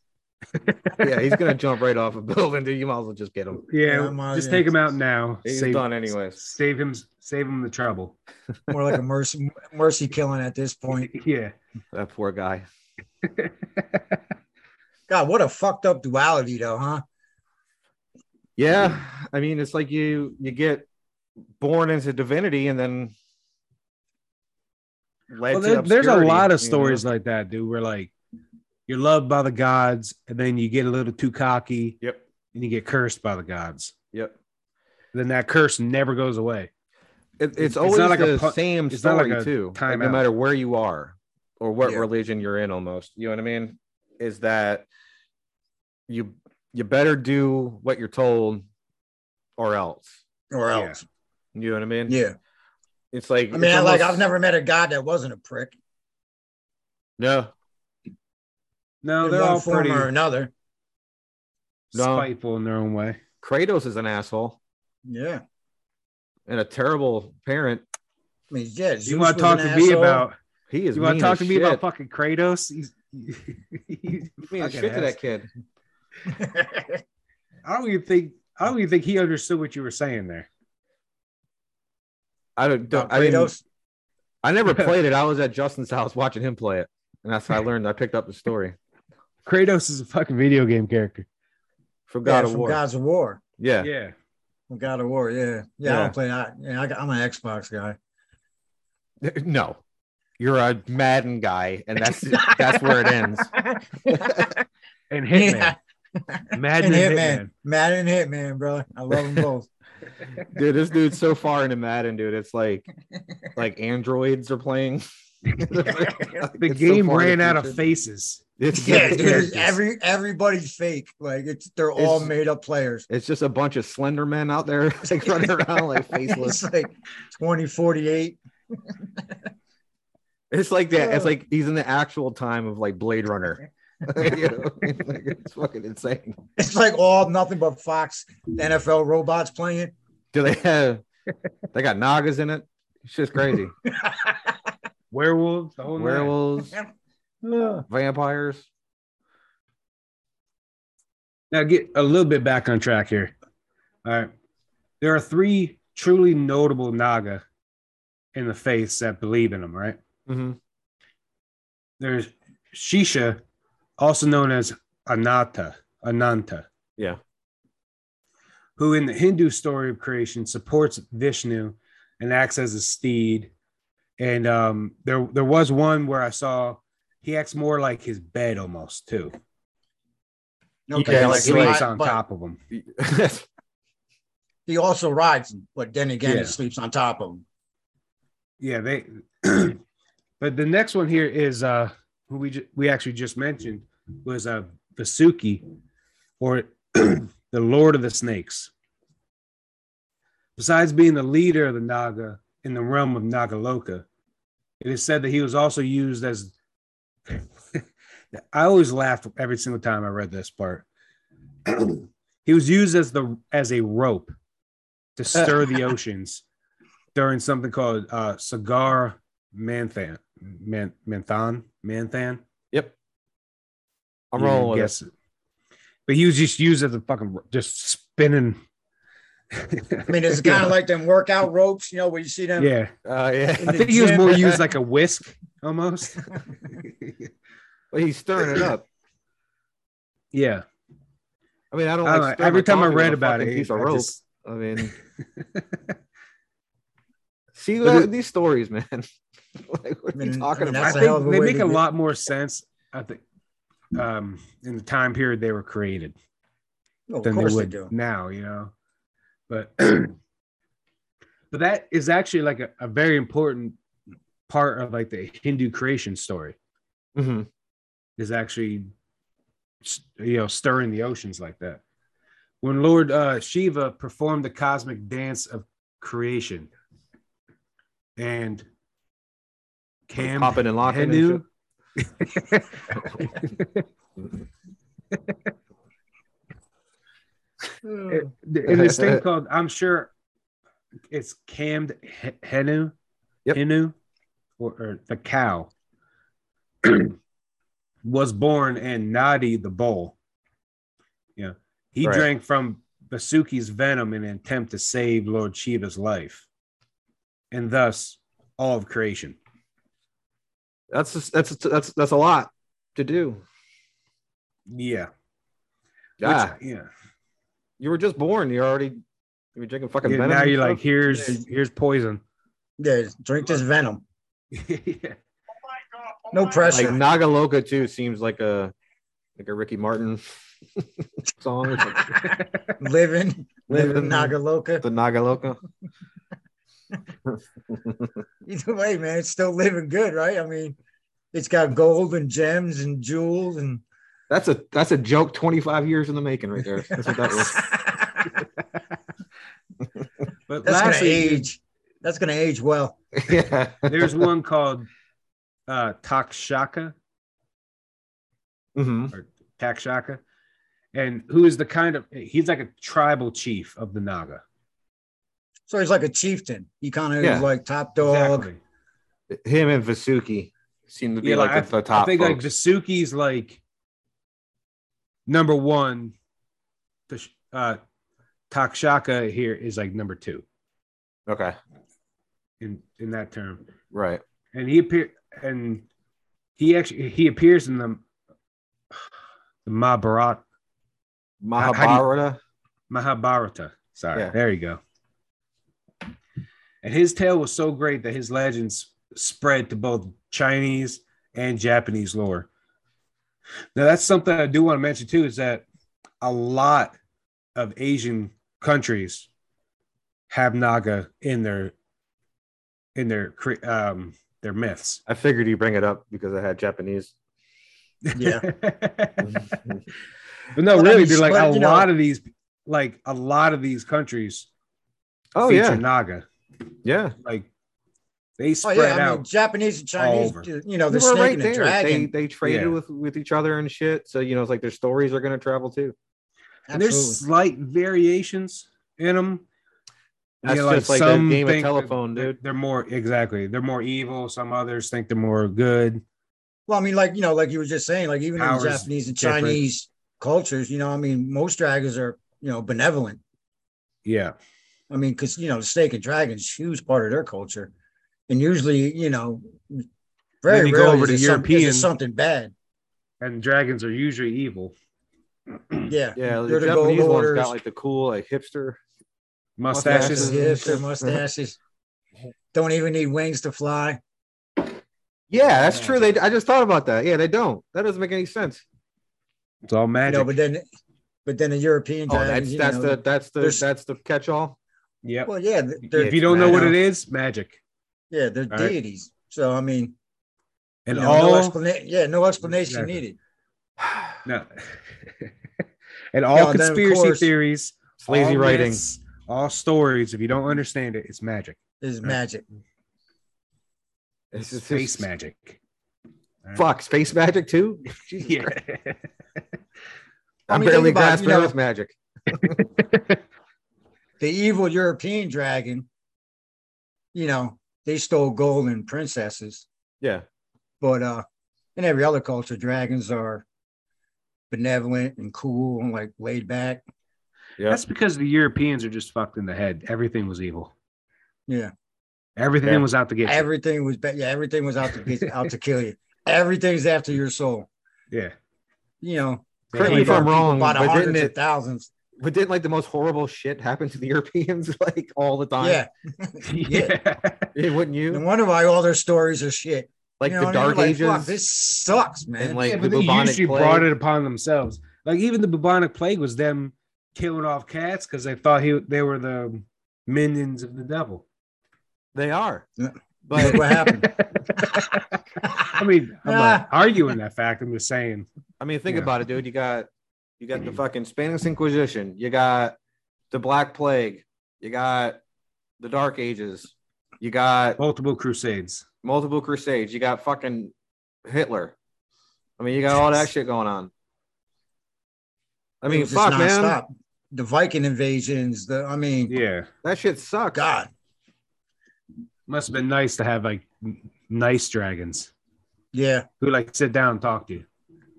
building. Yeah, he's gonna jump right off a [LAUGHS] building. Dude, you might as well just get him. Yeah, I'm out just of take here. him out now. He's done anyways. Save him. Save him the trouble. [LAUGHS] [LAUGHS] More like a mercy mercy killing at this point. Yeah. That poor guy. God, what a fucked up duality though, huh? Yeah, I mean, it's like you you get born into divinity and then. led to well, there- there's a obscurity, lot of you know? stories like that, dude. Where like you're loved by the gods, and then you get a little too cocky, Yep. and you get cursed by the gods. Yep. Then that curse never goes away. It, it's, It's not always like a the pu- same it's not like story a too. Like, no timeout. matter where you are or what Yeah. religion you're in, almost you know what I mean. Is that you? You better do what you're told, or else. Or Yeah. else. You know what I mean? Yeah. It's like I mean, it's I, like almost- I've never met a god that wasn't a prick. No, No, in they're one all form pretty or another. No. spiteful in their own way. Kratos is an asshole Yeah. and a terrible parent. I mean, yeah. you want to talk to me [LAUGHS] [LAUGHS] about? He is. You want mean to talk as to me about shit. fucking Kratos? [LAUGHS] He's, he's mean as fucking shit to ass. that kid. I don't even think. I don't even think he understood what you were saying there. I don't. don't I, didn't- Kratos? I never [LAUGHS] played it. I was at Justin's house watching him play it, and that's how I learned. I picked up the story Kratos is a fucking video game character. from Yeah, God of from War. Gods of War. Yeah. Yeah. From God of War, yeah. Yeah, I Yeah. don't play that. Yeah, I, I'm an Xbox guy. No, you're a Madden guy, and that's that's where it ends. And Hitman. Yeah. Madden And and Hitman. Hitman. Madden and Hitman, brother. I love them both. dude, this dude's so far into Madden, dude. It's like like androids are playing. [LAUGHS] The game ran out of faces. It's, Yeah, it's, dude, every everybody's fake. Like it's they're all It's- made up players. [LAUGHS] it's just a bunch of slender men out there [LAUGHS] like running around [LAUGHS] like faceless. It's like 2048. It's like that. It's like he's in the actual time of like Blade [LAUGHS] Runner. [LAUGHS] You know? Like, it's fucking insane. It's like all nothing but Fox NFL robots playing. Do they have? They got nagas in it. It's just [LAUGHS] crazy. Werewolves, the whole nine. Werewolves, Ugh. vampires. Now get a little bit back on track here. All right. There are three truly notable Naga in the faiths that believe in them, right? [LAUGHS] Mhm. There's Shisha, also known as Ananta, Ananta, Yeah. who in the Hindu story of creation supports Vishnu and acts as a steed. And um, there there was one where I saw he acts more like his bed almost too. Yeah, he like he sleeps ri- on but top of him. He also rides them, but then again, Yeah. he sleeps on top of them. yeah they [CLEARS THROAT] but the next one here is uh who we ju- we actually just mentioned was uh Vasuki or [CLEARS THROAT] the Lord of the Snakes. Besides being the leader of the Naga in the realm of Nagaloka, it is said that he was also used as [LAUGHS] I always laughed every single time I read this part. [CLEARS THROAT] he was used as the as a rope to stir the oceans during something called uh, Cigar Manthan, Man, Manthan, Manthan. yep. I'm You rolling with guess it. But he was just used as a fucking just spinning. I mean, it's kind of like them workout ropes, you know, where you see them. yeah. it. Uh, yeah. in [LAUGHS] I the think he was gym. more used like a whisk almost. [LAUGHS] But he's stirring it up. yeah. I mean, I don't I like don't know. stirring Every my time I coffee with read a about fucking it, piece of I rope. just- I mean, see But that, it- these stories, man. [LAUGHS] like, what are I mean, you I talking mean, I about? That's a hell of think a they way make to a do- lot more sense. I think um, in the time period they were created Oh, of than they course they would do. now, you know. But [CLEARS THROAT] but that is actually like a, a very important part of like the Hindu creation story Mhm. is actually s- you know stirring the oceans like that. When Lord uh, Shiva performed the cosmic dance of creation, and Cam Popping and locking. and Henu, [LAUGHS] Mm. [LAUGHS] in this thing called I'm sure it's cammed he- henu, Yep. henu, or, or the cow [CLEARS THROAT] was born and Nadi the bull. Yeah, he Right. drank from Basuki's venom in an attempt to save Lord Shiva's life, and thus all of creation. That's just- that's that's that's a lot to do. Yeah, Yeah, Which- yeah. you were just born. You're already you're drinking fucking Yeah, venom. now and you're like, stuff? here's here's poison. [LAUGHS] Yeah, drink this venom. yeah. No like pressure. [LAUGHS] Nagaloka too seems like a like a Ricky Martin [LAUGHS] song. It's like, [LAUGHS] living, living in Nagaloka. the Nagaloka. Either way, man, it's still living good, right? I mean, it's got gold and gems and jewels and That's a that's a joke. Twenty five years in the making, right there. That's what that was. But [LAUGHS] That's gonna lastly, dude, age. That's gonna age well. [LAUGHS] yeah. There's one called uh, Takshaka Mhm. or Takshaka, and who is the kind of he's like a tribal chief of the Naga. So he's like a chieftain. He kind of Yeah. is like top dog. Him and Vasuki seem to be Yeah, like like, the, the top. I think folks. like Vasuki's like number one. Tash- Uh, Takshaka here is like number two okay, in in that term, right. and he appear and he actually he appears in the the Mahabharata. how do you- Mahabharata. Mahabharata. Sorry. Yeah. There you go. And his tale was so great that his legends spread to both Chinese and Japanese lore. Now, that's something I do want to mention too is that a lot of Asian countries have Naga in their in their cre- um their myths. I figured you bring it up because I had Japanese. [LAUGHS] Yeah. but no, But I really, mean, dude, like but, a you know- lot of these, like a lot of these countries Oh feature yeah, Naga. yeah. Like they Oh spread yeah, I mean out. Japanese and Chinese, over. you know, They the were snake right and the there. They dragon. they traded Yeah. with with each other and shit. So you know, it's like their stories are gonna travel too. and there's Absolutely. slight variations in them. That's just like that game of telephone, dude. They're more exactly. They're more evil. Some others think they're more good. Well, I mean, like you know, like you were just saying, like even in Powers Japanese and different. Chinese cultures, you know, I mean, most dragons are you know benevolent. Yeah, I mean, because you know, the snake and dragons, huge part of their culture, and usually, you know, very you go rarely over is to it some- is it European- something bad. and dragons are usually evil. Yeah, Yeah, the They're the Japanese gold one's orders. got like the cool like hipster. Mustaches. Mustaches. Yes, uh-huh. their mustaches don't even need wings to fly. Yeah, that's Yeah. true. They I just thought about that. Yeah, they don't. That doesn't make any sense. It's all You magic. know, but then, but then the European Oh, dragons, that's you that's know, the that's the there's- that's the catch [SIGHS] all. yep. well, yeah, they're if you don't know magic. what it is, magic. yeah, they're All right. deities. So I mean, And you know, all no explanation. Yeah, no explanation Exactly. needed. [LAUGHS] No. [LAUGHS] and Yeah, all and then, of conspiracy course, theories, It's lazy all writing. myths, all stories. If you don't understand it, it's magic. Is Right. magic. It's It's just- space magic. Fuck, space magic too. Jesus [LAUGHS] Yeah. Christ. I I'm mean, barely think about it, you grasping know- earth magic. The evil European dragon, you know, they stole gold and princesses, Yeah, but uh, in every other culture, dragons are benevolent and cool and like laid back. yeah. That's because the Europeans are just fucked in the head. Everything was evil. Yeah, Everything Yeah. was out to get you. everything was bad. Yeah, everything was out to get, out to kill you. Everything's after your soul. Yeah. You know, Correct me they if I'm got wrong, by the but hundreds didn't of it? thousands. But didn't like the most horrible shit happen to the [LAUGHS] Europeans like all the time? [LAUGHS] Yeah, [LAUGHS] yeah. Yeah, wouldn't no you? wonder why all their stories are shit. Like You know the what I mean? Dark Like, Ages. fuck, this sucks, man. and like yeah, the but they bubonic usually plague. brought it upon themselves. Like even the bubonic plague was them killing off cats because they thought he they were the minions of the [LAUGHS] devil. They are. Yeah. But [LAUGHS] Look what happened. [LAUGHS] I mean, I'm Ah. not arguing that fact. I'm just saying. I mean, think Yeah. about it, dude. You got you got the fucking Spanish Inquisition. You got the Black Plague. You got the Dark Ages. You got Multiple crusades. multiple crusades. You got fucking Hitler. I mean, you got all that shit going on. I It mean, was just fuck, man. nonstop. The Viking invasions. The I mean, Yeah. That shit sucks. God, Must have been nice to have like n- nice dragons yeah, who like sit down and talk to you.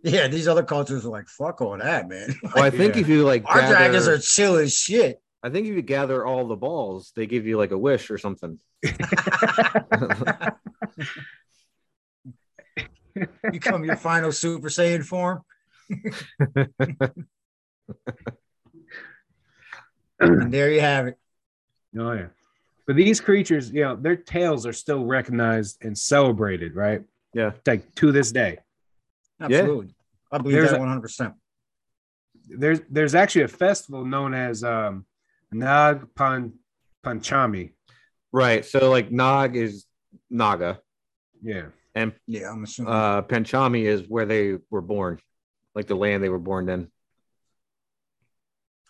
yeah. These other cultures are like, fuck all that, man. [LAUGHS] Well, I think Yeah. if you like Our gather, dragons are chill as shit. I think if you gather all the balls, they give you like a wish or [LAUGHS] something. [LAUGHS] Become your final Super Saiyan form. [CLEARS THROAT] and there you have it. Oh yeah. But these creatures, you know, their tails are still recognized and celebrated, right? Yeah. Like to this day. Absolutely. I believe There's that a- 100%. There's there's actually a festival known as um Nag Pan Panchami. Right. So like Nog is Naga Yeah. and Yeah, I'm assuming. uh Panchami is where they were born, like the land they were born in.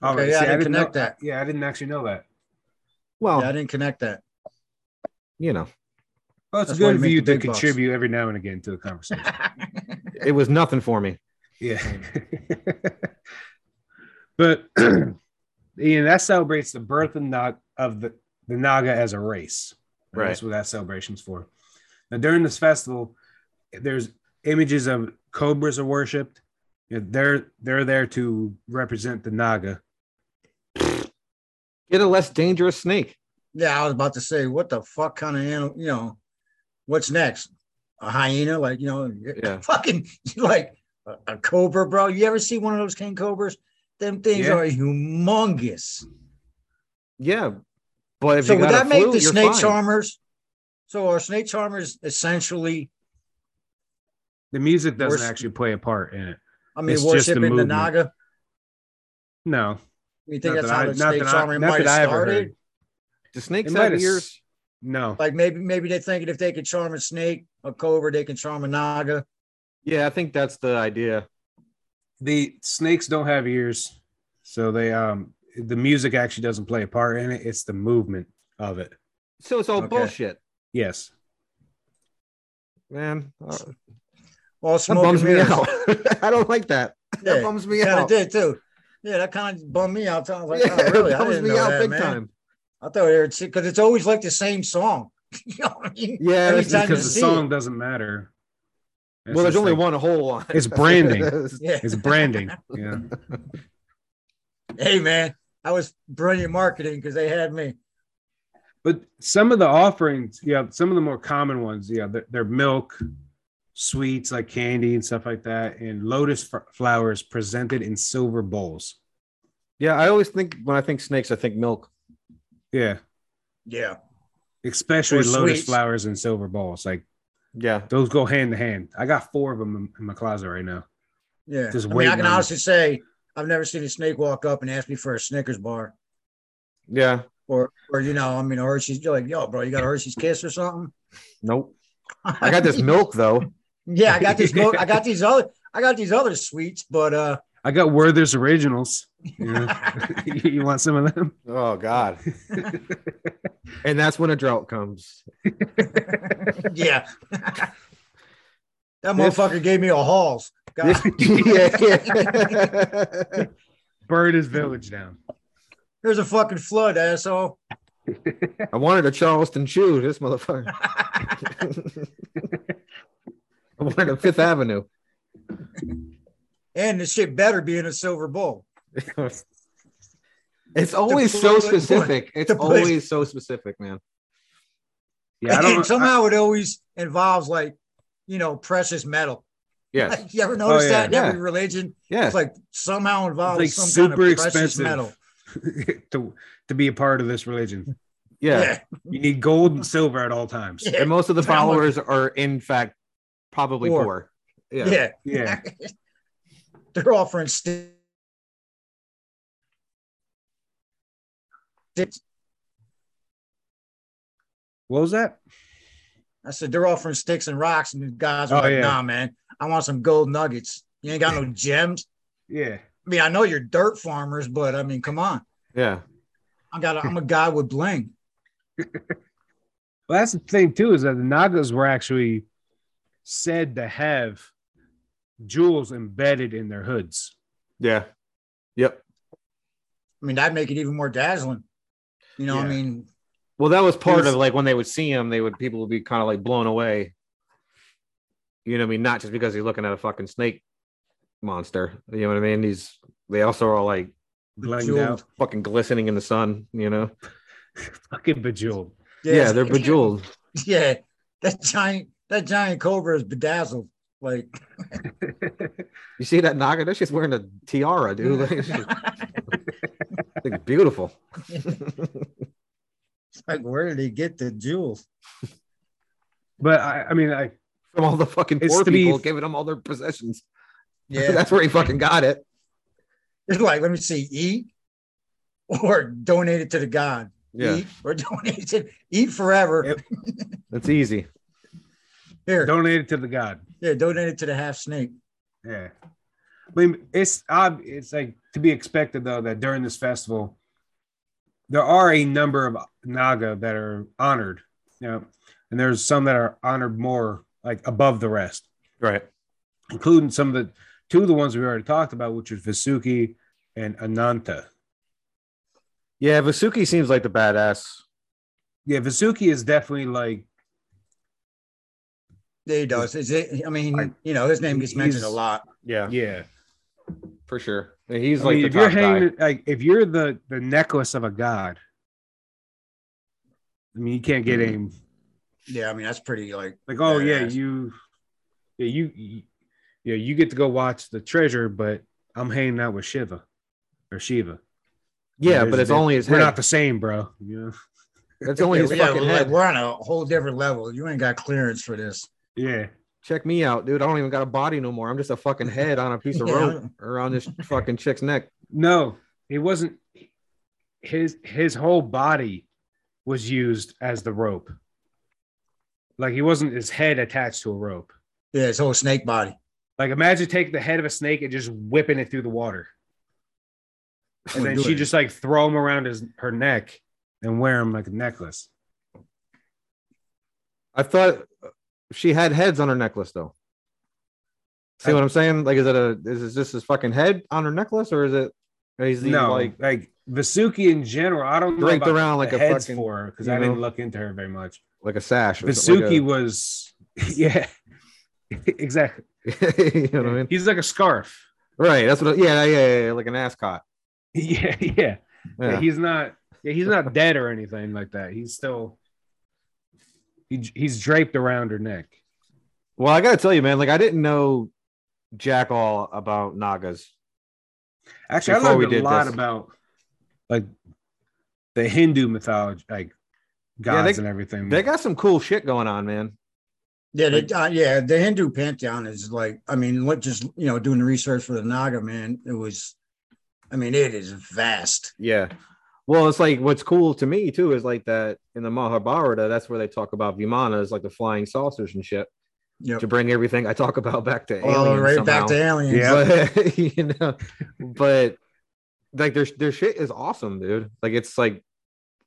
All right. yeah, I See, didn't know- connect that. Yeah, I didn't actually know that. Well, yeah, I didn't connect that. you know, Well, it's That's why good you of make you to the big bucks. contribute every now and again to the conversation. it was nothing for me. Yeah. [LAUGHS] but [CLEARS THROAT] you know, that celebrates the birth of, Nag- of the, the Naga as a race. And That's what that celebration's for. Now, during this festival, there's images of cobras are worshipped. You know, they're they're there to represent the Naga. Get a less dangerous snake. Yeah, I was about to say, what the fuck kind of animal? You know, what's next? A hyena, like you know, Yeah. [LAUGHS] fucking like a, a cobra, bro. You ever see one of those king cobras? Them things Yeah. are humongous. Yeah. But if so you would got that a make flu, the you're snake fine. charmers? So are snake charmers essentially? The music doesn't Worship- actually play a part in it. I mean, It's just the worshiping the, movement. naga. No, You not think that's that how I- the not snake that I- charmer not might that I have ever started? heard. Do snakes It might have have- ears? No. Like maybe maybe they're thinking if they could charm a snake, a cobra, they can charm a naga. Yeah, I think that's the idea. The snakes don't have ears. So they um the music actually doesn't play a part in it. It's the movement of it. So it's all Okay. bullshit, Yes. man. Uh, All That smoke bums and me mirrors. out. [LAUGHS] I don't like that. [LAUGHS] That Yeah, bums me kind of out. did too. Yeah, that kind of bummed me out. I was like, Yeah, [LAUGHS] oh, really? it I bums didn't me know out that, big man. time. I thought they were because it's always like the same song. [LAUGHS] you know what I mean? Yeah, Every that's time just you because the see song doesn't matter. It's well, there's just only like- one whole line. It's [LAUGHS] branding. [LAUGHS] Yeah. It's branding. Yeah. Hey man, I was brilliant marketing because they had me. But some of the offerings, yeah, some of the more common ones, yeah, they're, they're milk, sweets like candy and stuff like that, and lotus f- flowers presented in silver bowls. yeah, I always think when I think snakes, I think milk. Yeah, Yeah. especially Or lotus sweets. flowers and silver bowls. Like Yeah, those go hand in hand. I got four of them in, in my closet right now. Yeah. Just I mean, I waiting can on- honestly say I've never seen a snake walk up and ask me for a Snickers bar. yeah. Or or you know, I mean a Hershey's you're like, yo, bro, you got a Hershey's kiss or something? Nope. I got [LAUGHS] this milk though. yeah, I got these mo- [LAUGHS] I got these other I got these other sweets, but uh I got Werther's originals. You, know? [LAUGHS] you want some of them? Oh [LAUGHS] God. and that's when a drought comes. yeah. that motherfucker gave me a Halls. God. yeah, [LAUGHS] [LAUGHS] yeah. [LAUGHS] Bird is village down. Here's a fucking flood, asshole. I wanted a Charleston shoe. This [LAUGHS] motherfucker. I wanted a Fifth Avenue. And this shit better be in a silver bowl. It's always put- so put- [LAUGHS] specific. It's to put- always so specific, [LAUGHS] man. Yeah, I don't. and [LAUGHS] somehow it always involves like, you know, precious metal. Yes. Like, [LAUGHS] you ever notice Oh, yeah. that in Yeah. every religion? Yes. It's like somehow involves like some super kind of precious expensive metal. [LAUGHS] to to be a part of this religion. yeah. You need gold and silver at all times. [LAUGHS] Yeah. And most of the How much- followers are, in fact, probably Poor. poor. Yeah. Yeah. yeah. Yeah, They're offering st- what was that? I said they're offering sticks and rocks, and the guys are Oh, like, yeah. "Nah, man, I want some gold nuggets. You ain't [LAUGHS] got no gems. Yeah. I mean, I know you're dirt farmers, but I mean, come on. Yeah. I got. A, I'm a guy with bling. Well, that's the thing too is that the Nagas were actually said to have jewels embedded in their hoods. Yeah. Yep. I mean, that'd make it even more dazzling. You know, what I Yeah. mean, Well, that was part There's- of like when they would see him, they would people would be kind of like blown away. You know what I mean? Not just because he's looking at a fucking snake monster. You know what I mean? He's they also are like Blinged Jeweled. out, fucking glistening in the sun, you know? fucking bejeweled. [LAUGHS] Yeah, they're bejeweled. [LAUGHS] Yeah, that giant that giant cobra is bedazzled. Like, You see that Naga? That shit's wearing a tiara, dude. [LAUGHS] Like, [LAUGHS] it's just- like, beautiful. like where did he get the jewels? [LAUGHS] But I, I mean, I From all the fucking It's poor to be- people giving them all their possessions. [LAUGHS] Yeah, That's where he fucking got it. it's like let me see, eat or donate it to the god. Eat or [LAUGHS] donate it. To, eat forever. Yep. That's easy. Here, donated to the god. yeah, donate it to the half snake. Yeah. But it's ob- it's like to be expected though that during this festival, there are a number of Naga that are honored, you know, and there's some that are honored more like above the rest. Right. including some of the two of the ones we already talked about, which is Vasuki and Ananta. Yeah, Vasuki seems like the badass. Yeah, Vasuki is definitely like Yeah, he does. Is it? I mean, Like, you know, his name gets mentioned a he's- lot. Yeah, yeah. for sure. He's I like mean, the if you're top guy. hanging like if you're the the necklace of a god, I mean you can't get Mm-hmm. him Yeah, I mean, that's pretty like like oh yeah Badass. you yeah you, you yeah you get to go watch the treasure, but I'm hanging out with Shiva or Shiva. yeah, There's but a it's diff- only his We're not head. the same, bro. Yeah, It's only his [LAUGHS] yeah, fucking we're, head. we're on a whole different level. You ain't got clearance for this. yeah. Check me out, dude. I don't even got a body no more. I'm just a fucking head on a piece of Yeah. rope around this fucking chick's neck. No, it wasn't his his whole body was used as the rope. Like he wasn't his head attached to a rope. Yeah, his whole snake body. Like imagine taking the head of a snake and just whipping it through the water. Oh And Wouldn't then do she it. just like throw him around his her neck and wear him like a necklace. I thought she had heads on her necklace though. See I- what I'm saying? Like, is it a is this just his fucking head on her necklace, or is it? Is he no, like like like Vasuki in general, I don't know Draped about around the like a heads fucking- for her because you I know? didn't look into her very much. like a sash? or something, Vasuki was [LAUGHS] yeah, exactly. like a- [LAUGHS] you know what I mean? He's like a scarf. [LAUGHS] Right. That's what. Yeah, yeah, yeah, yeah, like an ascot. Yeah, yeah. yeah. Yeah. he's not. Yeah, he's not dead or anything like that. He's still. He, he's draped around her neck. Well, I gotta tell you, man. Like, I didn't know jack all about Nagas. Actually, Before I we learned a did lot this. about like the Hindu mythology, like Yeah, gods they- and everything. They got some cool shit going on, man. Yeah, they, uh, yeah. The Hindu pantheon is like, I mean, what just you know, doing the research for the Naga man, it was, I mean, it is vast. Yeah. Well, it's like what's cool to me too is like that in the Mahabharata. That's where they talk about Vimanas, like the flying saucers and shit, Yep. to bring everything I talk about back to. Oh, aliens right somehow. back to aliens. Yeah. But, [LAUGHS] you know, but like their their shit is awesome, dude. Like it's like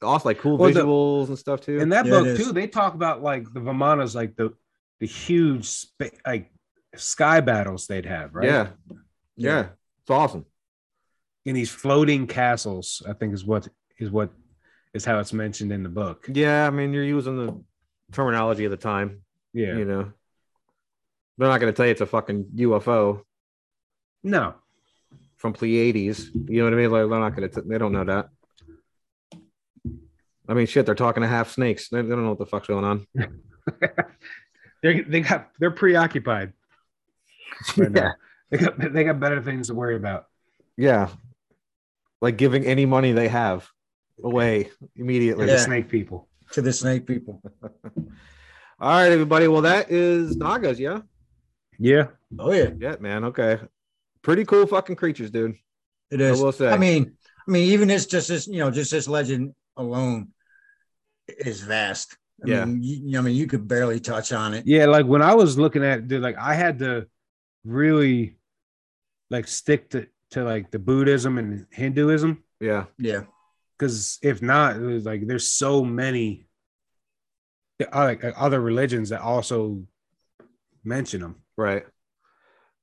also like cool Well, the- visuals and stuff too. in that Yeah, it book is. too. They talk about like the Vimanas, like the the huge spa- like sky battles they'd have, right? Yeah, yeah, it's awesome. in these floating castles. I think is what is what is how it's mentioned in the book. Yeah, I mean you're using the terminology of the time. Yeah. You know, they're not gonna tell you it's a fucking UFO No. from Pleiades. You know what I mean? Like they're not gonna. T- they don't know that. I mean, shit, they're talking to half snakes. They they don't know what the fuck's going [LAUGHS] on. They they got they're preoccupied. Right now. They got they got better things to worry about. Yeah. Like giving any money they have away Like immediately. the Yeah. snake people. To the snake people. All right, everybody. Well, that is Nagas. Yeah. Yeah. Oh yeah, Yeah, man. Okay. Pretty cool fucking creatures, dude. it I is. will say. I mean, I mean, even it's just this, you know, just this legend alone is vast. I Yeah. mean, you, I mean, you could barely touch on it. Yeah, like when I was looking at dude, like I had to really like stick to, to like the Buddhism and Hinduism. yeah. Yeah, Cause if not, it was like there's so many uh, like other religions that also mention them. Right. You'd,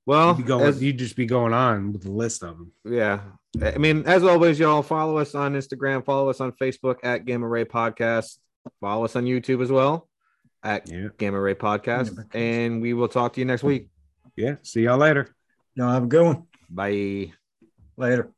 Well, be going, as- you'd just be going on with the list of them. yeah. I mean, as always, y'all follow us on Instagram, follow us on Facebook at Gamma Ray Podcast, follow us on YouTube as well at Yeah. Gamma Ray Podcast, and we will talk to you next week. Yeah. See y'all later. you know, have a good one. Bye. Later.